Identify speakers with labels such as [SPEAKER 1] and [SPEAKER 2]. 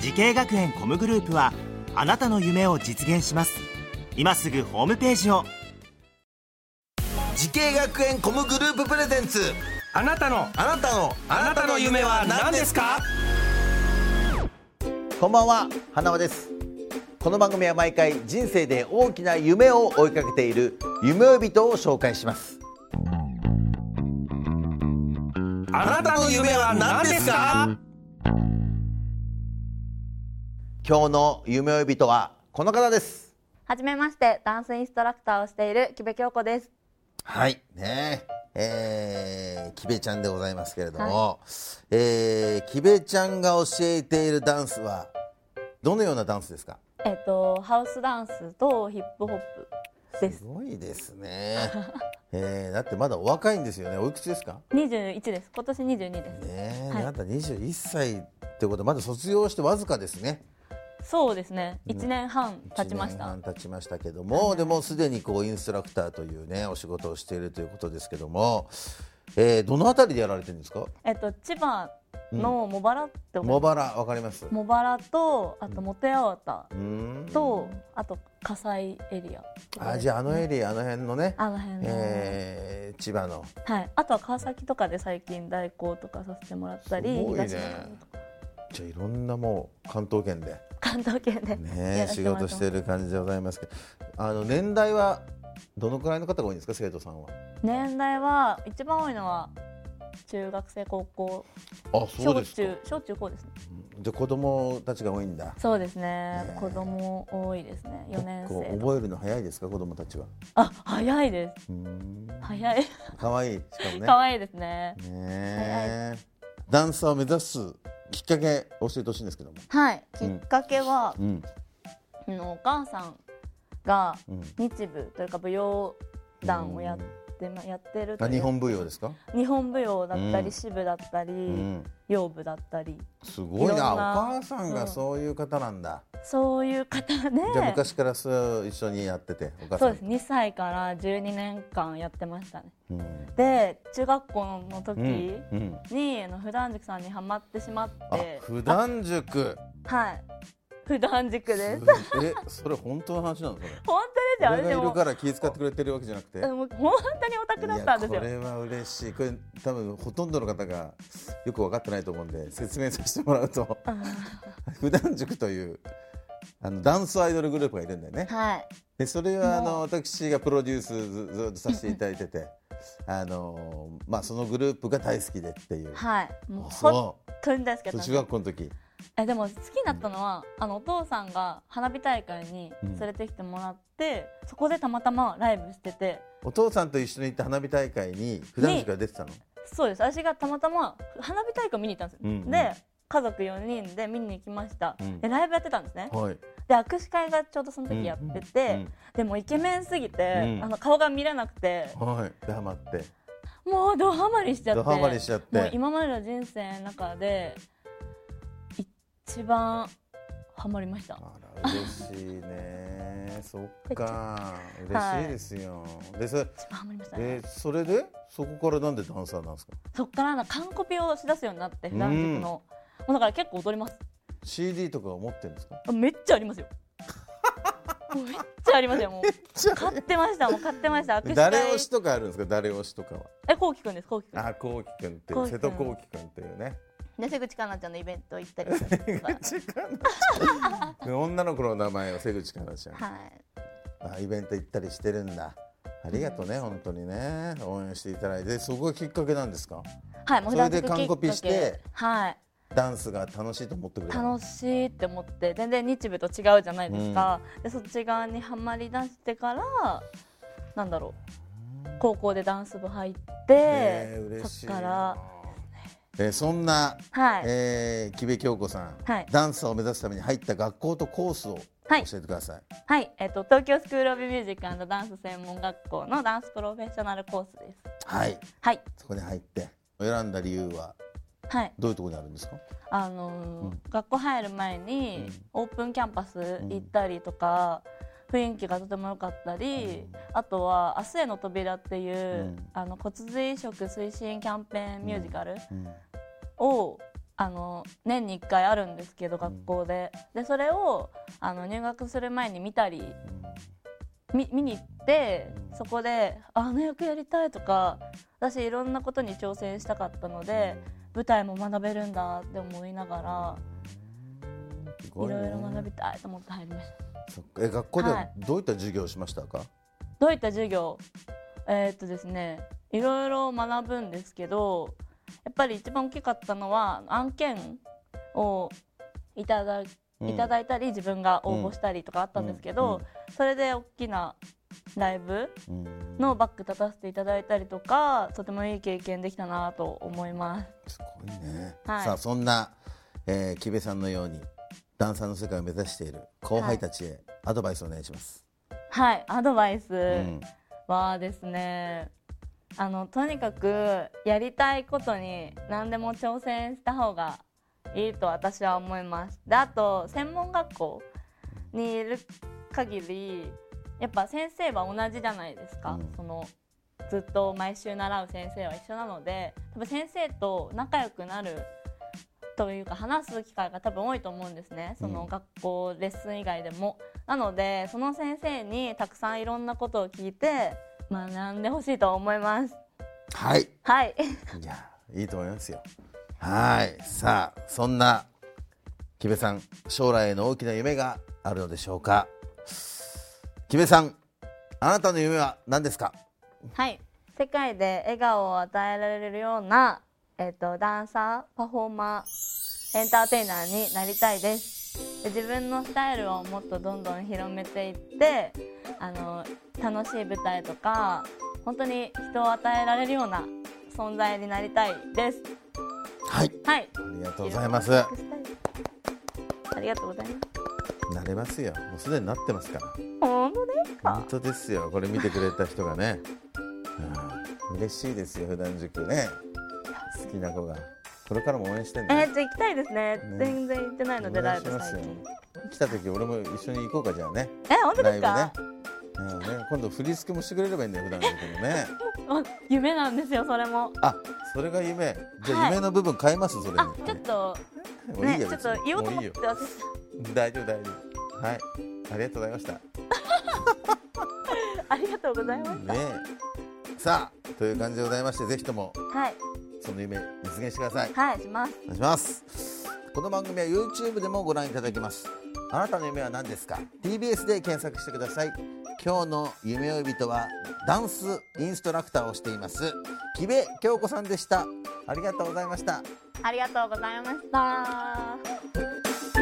[SPEAKER 1] 時系学園コムグループはあなたの夢を実現します今すぐホームページを
[SPEAKER 2] 時系学園コムグループプレゼンツ
[SPEAKER 3] あなたの
[SPEAKER 2] あなたの
[SPEAKER 3] あなたの夢は何ですか
[SPEAKER 4] こんばんは花輪ですこの番組は毎回人生で大きな夢を追いかけている夢追い人を紹介します
[SPEAKER 3] あなたの夢は何ですか
[SPEAKER 4] 今日の夢追い人はこの方です
[SPEAKER 5] はじめまして、ダンスインストラクターをしている木部京子です。
[SPEAKER 4] はい
[SPEAKER 2] ねええー、キベちゃんでございますけれども、えー、キベちゃんが教えているダンスはどのようなダンスですか
[SPEAKER 5] えっと、ハウスダンスとヒップホップですす。
[SPEAKER 2] ごいですね、 えー、だってまだお若いんですよねおいくつですか
[SPEAKER 5] 21です。今年22です。
[SPEAKER 2] ねえ、
[SPEAKER 5] はい
[SPEAKER 2] あなた21歳ってことまだ卒業してわずかですね
[SPEAKER 5] そうですね。1年半経ち
[SPEAKER 2] 1
[SPEAKER 5] まし
[SPEAKER 2] 年
[SPEAKER 5] た
[SPEAKER 2] 半。経ちましたけどもでもすでにこうインストラクターというねお仕事をしているということですけども、えー、どのあたりでやられてるんですか
[SPEAKER 5] えっと、千葉の茂原って思
[SPEAKER 2] 茂
[SPEAKER 5] う。
[SPEAKER 2] 原わかります
[SPEAKER 5] 茂原と、あと元八幡
[SPEAKER 2] うーん
[SPEAKER 5] と、あと火災エリア。
[SPEAKER 2] あじゃああのエリアあの辺のね、
[SPEAKER 5] あの辺の、
[SPEAKER 2] えー千葉の
[SPEAKER 5] はい。あとは川崎とかで最近代行とかさせてもらったり、
[SPEAKER 2] すごいね
[SPEAKER 5] 東村とか
[SPEAKER 2] じゃあいろんなもう関東圏で
[SPEAKER 5] 関東圏で、や
[SPEAKER 2] ね
[SPEAKER 5] らせ
[SPEAKER 2] 仕
[SPEAKER 5] ても
[SPEAKER 2] 事
[SPEAKER 5] らっます
[SPEAKER 2] している感じでございますけどあの年代はどのくらいの方が多いんですか生徒さんは
[SPEAKER 5] 年代は一番多いのは中学生高校
[SPEAKER 2] あ
[SPEAKER 5] 小中小中高ですね
[SPEAKER 2] じゃあ子供たちが多いんだ
[SPEAKER 5] そうですね
[SPEAKER 2] ねえ
[SPEAKER 5] 子供多いですね4年
[SPEAKER 2] 結構
[SPEAKER 5] 生と
[SPEAKER 2] 覚えるの早いですか子供たちは
[SPEAKER 5] あ早いです
[SPEAKER 2] うーん
[SPEAKER 5] 早い
[SPEAKER 2] 可愛いしかもね
[SPEAKER 5] 可愛いですね
[SPEAKER 2] ねえダンサーを目指すきっかけ教えてほしいんですけども
[SPEAKER 5] はいき
[SPEAKER 2] ん
[SPEAKER 5] っかけは
[SPEAKER 2] う、ん
[SPEAKER 5] あのお母さんが
[SPEAKER 2] うん
[SPEAKER 5] 日舞というか舞踊団をやってまやってると
[SPEAKER 2] あ
[SPEAKER 5] いう
[SPEAKER 2] 日本舞踊ですか
[SPEAKER 5] 日本舞踊だった
[SPEAKER 2] うん
[SPEAKER 5] り支部だったり、
[SPEAKER 2] ん
[SPEAKER 5] 洋舞だったり
[SPEAKER 2] すごいない
[SPEAKER 5] ろんな
[SPEAKER 2] お母さん
[SPEAKER 5] う
[SPEAKER 2] が
[SPEAKER 5] ん
[SPEAKER 2] そういう方なんだ、
[SPEAKER 5] そういう方ね
[SPEAKER 2] じゃあ昔からそう一緒にやっててお母さ
[SPEAKER 5] そ
[SPEAKER 2] ん
[SPEAKER 5] うです2歳から12年間やってましたね
[SPEAKER 2] うん
[SPEAKER 5] で中学校の
[SPEAKER 2] う
[SPEAKER 5] 時
[SPEAKER 2] ん
[SPEAKER 5] に、
[SPEAKER 2] うん
[SPEAKER 5] あの普段塾さんにはまってしまっ
[SPEAKER 2] あ
[SPEAKER 5] て
[SPEAKER 2] 普段塾
[SPEAKER 5] はい普段塾です
[SPEAKER 2] えそれ本当の話なのそれ
[SPEAKER 5] 本当です
[SPEAKER 2] 俺
[SPEAKER 5] よ
[SPEAKER 2] が
[SPEAKER 5] で
[SPEAKER 2] いる
[SPEAKER 5] も
[SPEAKER 2] から気遣ってくれてるわけじゃなくて
[SPEAKER 5] でも本当にオタクだったんです
[SPEAKER 2] いや
[SPEAKER 5] よ
[SPEAKER 2] これは嬉しいこれ多分ほとんどの方がよく分かってないと思うんで説明させてもらうと 普段塾というあのダンスアイドルグループがいるんだよね、
[SPEAKER 5] はい
[SPEAKER 2] でそれはあの
[SPEAKER 5] も
[SPEAKER 2] 私がプロデュースずずっとさせていただいて て、あのまあ、そのグループが大好きでっていう、
[SPEAKER 5] はいも
[SPEAKER 2] あ
[SPEAKER 5] う本
[SPEAKER 2] そ
[SPEAKER 5] 当に大好きだ
[SPEAKER 2] う
[SPEAKER 5] ったんです
[SPEAKER 2] 中学校の時
[SPEAKER 5] えでも好きになったのは、あのお父さんが花火大会に連れてきてもらって、そこでたまたまライブしてて
[SPEAKER 2] お父さんと一緒に行った花火大会に普段塾が出てたの、
[SPEAKER 5] そうです私がたまたま花火大会を見に行ったんですよ、
[SPEAKER 2] うんうん
[SPEAKER 5] で家族4人で見に行きました、
[SPEAKER 2] うん
[SPEAKER 5] でライブやってたんですね、
[SPEAKER 2] はい
[SPEAKER 5] で握手会がちょうどその時やってて、
[SPEAKER 2] うんうん
[SPEAKER 5] でもイケメンすぎて、
[SPEAKER 2] うん
[SPEAKER 5] あの顔が見れなくて、
[SPEAKER 2] はいでハマって
[SPEAKER 5] もうドハマりしちゃって
[SPEAKER 2] ドハマりしちゃって
[SPEAKER 5] もう今までの人生の中で一番ハマりました
[SPEAKER 2] あら嬉しい ねそっか
[SPEAKER 5] は
[SPEAKER 2] 嬉
[SPEAKER 5] い
[SPEAKER 2] しいですよ、でそ
[SPEAKER 5] 一番ハマりましたね
[SPEAKER 2] えそれでそこからなんでダンサーなんですか
[SPEAKER 5] そっからなんか完コピをしだすようになって普段塾の、もうだから結構踊ります
[SPEAKER 2] CD とかは持ってるんですか
[SPEAKER 5] あめっちゃあ りますよもうめっちゃありますよもう買ってましたもう買ってました握手会
[SPEAKER 2] 誰推しとかあるんですか誰推しとかは
[SPEAKER 5] えこうきくんですこうきく ん
[SPEAKER 2] あこうきくんってい
[SPEAKER 5] こ
[SPEAKER 2] う
[SPEAKER 5] うきく
[SPEAKER 2] 瀬
[SPEAKER 5] ん
[SPEAKER 2] 戸こうきくんっていうね
[SPEAKER 5] で瀬口かなちゃんのイベント行ったりしたり とか
[SPEAKER 2] 女の子の名前を瀬口かなちゃん、
[SPEAKER 5] はい
[SPEAKER 2] あイベント行ったりしてるんだありがとうね、本当にね応援していただいてそこがきっかけなんですか
[SPEAKER 5] はい、もう
[SPEAKER 2] それで
[SPEAKER 5] フランス
[SPEAKER 2] 完コピして
[SPEAKER 5] きっかけはい、
[SPEAKER 2] ダンスが楽しいと思ってくれたの
[SPEAKER 5] 楽しいって思って全然日舞と違うじゃないですか、でそっち側にはまりだしてからなんだろう高校でダンス部入っ
[SPEAKER 2] ね
[SPEAKER 5] て、
[SPEAKER 2] え嬉しい
[SPEAKER 5] そっから
[SPEAKER 2] えーそんな、
[SPEAKER 5] はい、
[SPEAKER 2] えー木部京子さん、
[SPEAKER 5] はい
[SPEAKER 2] ダンサーを目指すために入った学校とコースを教
[SPEAKER 5] はい
[SPEAKER 2] えてください。
[SPEAKER 5] はい、えっ、と東京スクールオブミュージックダンス専門学校のダンスプロフェッショナルコースです。
[SPEAKER 2] はい、
[SPEAKER 5] はい、
[SPEAKER 2] そこに入って選んだ理由は
[SPEAKER 5] はい、
[SPEAKER 2] どういうところにあるんですか？
[SPEAKER 5] あのー
[SPEAKER 2] うん
[SPEAKER 5] 学校入る前にオープンキャンパス行ったりとか、雰囲気がとても良かったり、あとは明日への扉っていう、
[SPEAKER 2] ん
[SPEAKER 5] あの骨髄移植推進キャンペーンミュージカル
[SPEAKER 2] うん
[SPEAKER 5] を、あの年に1回あるんですけど学校で、でそれをあの入学する前に見たりみ見に行ってそこでああの役やりたいとか私いろんなことに挑戦したかったので舞台も学べるんだって思いなが
[SPEAKER 2] す
[SPEAKER 5] らい
[SPEAKER 2] ごね
[SPEAKER 5] ろいろ学びたいと思って入りました
[SPEAKER 2] そっかえ学校でははいどういった授業をしましたか？
[SPEAKER 5] どういった授業えーっとですねいろいろ学ぶんですけどやっぱり一番大きかったのは案件をいただ
[SPEAKER 2] うん
[SPEAKER 5] いただいたり自分が応募したりとかあったんですけど、それで大きなライブ
[SPEAKER 2] うん
[SPEAKER 5] のバック立たせていただいたりとかとてもいい経験できたなと思います
[SPEAKER 2] すごいね。
[SPEAKER 5] はい
[SPEAKER 2] さあそんな、えー、木部さんのようにダンサーの世界を目指している後輩たちへアドバイスをお願いします。
[SPEAKER 5] はいアドバイス
[SPEAKER 2] うん
[SPEAKER 5] はですね、あのとにかくやりたいことに何でも挑戦した方がいいと私は思いますであと専門学校にいる限りやっぱ先生は同じじゃないですか、
[SPEAKER 2] うん
[SPEAKER 5] そのずっと毎週習う先生は一緒なので多分先生と仲良くなるというか話す機会が多分多いと思うんですねその学校レッスン以外でも。なのでその先生にたくさんいろんなことを聞いて学んでほしいと思います。
[SPEAKER 2] はい。
[SPEAKER 5] はい、
[SPEAKER 2] いやいいと思いますよはいさあそんな木部さん将来への大きな夢があるのでしょうか木部さんあなたの夢は何ですか
[SPEAKER 5] はい、世界で笑顔を与えられるような、えっとダンサーパフォーマーエンターテイナーになりたいですで自分のスタイルをもっとどんどん広めていってあの楽しい舞台とか本当に人を与えられるような存在になりたいです
[SPEAKER 2] はい
[SPEAKER 5] はい
[SPEAKER 2] ありがとうございます
[SPEAKER 5] ろしくお願いしますありがとうございます
[SPEAKER 2] なれますよもうすでになってますから
[SPEAKER 5] 本当ですか
[SPEAKER 2] 本当ですよこれ見てくれた人がね、うん、嬉しいですよ普段塾ね好きな子がこれからも応援してん
[SPEAKER 5] え
[SPEAKER 2] の、
[SPEAKER 5] ー、じゃあ行きたいですね
[SPEAKER 2] ね
[SPEAKER 5] 全然行ってないので
[SPEAKER 2] お願
[SPEAKER 5] ライ
[SPEAKER 2] いし
[SPEAKER 5] ブ
[SPEAKER 2] ます
[SPEAKER 5] 最
[SPEAKER 2] よ
[SPEAKER 5] 近
[SPEAKER 2] 来た時俺も一緒に行こうかじゃあね
[SPEAKER 5] え本当で
[SPEAKER 2] ライブ
[SPEAKER 5] す
[SPEAKER 2] ね
[SPEAKER 5] か、
[SPEAKER 2] うんね今度振り付けもしてくれればいいんだよ普段塾もね
[SPEAKER 5] あ夢なんですよそれも
[SPEAKER 2] あ、それが夢。じゃ
[SPEAKER 5] は
[SPEAKER 2] あ
[SPEAKER 5] い
[SPEAKER 2] 夢の部分変えますそれに。
[SPEAKER 5] あちょっと
[SPEAKER 2] もうい
[SPEAKER 5] ね
[SPEAKER 2] いよ。
[SPEAKER 5] ちょっと
[SPEAKER 2] 別に
[SPEAKER 5] 言おうと
[SPEAKER 2] も
[SPEAKER 5] 思
[SPEAKER 2] い
[SPEAKER 5] っ
[SPEAKER 2] い
[SPEAKER 5] て
[SPEAKER 2] よ
[SPEAKER 5] 私
[SPEAKER 2] 大丈夫大丈夫。はい。ありがとうございました。ね
[SPEAKER 5] ありがとうございました、
[SPEAKER 2] え。さあという感じでございましてぜひとも
[SPEAKER 5] はい
[SPEAKER 2] その夢実現してください。
[SPEAKER 5] はいします
[SPEAKER 2] お願いします。この番組は YouTube でもご覧いただけます。あなたの夢は何ですか ?TBS で検索してください。今日の夢追い人はダンスインストラクターをしています木部京子さんでした。ありがとうございました。
[SPEAKER 5] ありがとうございました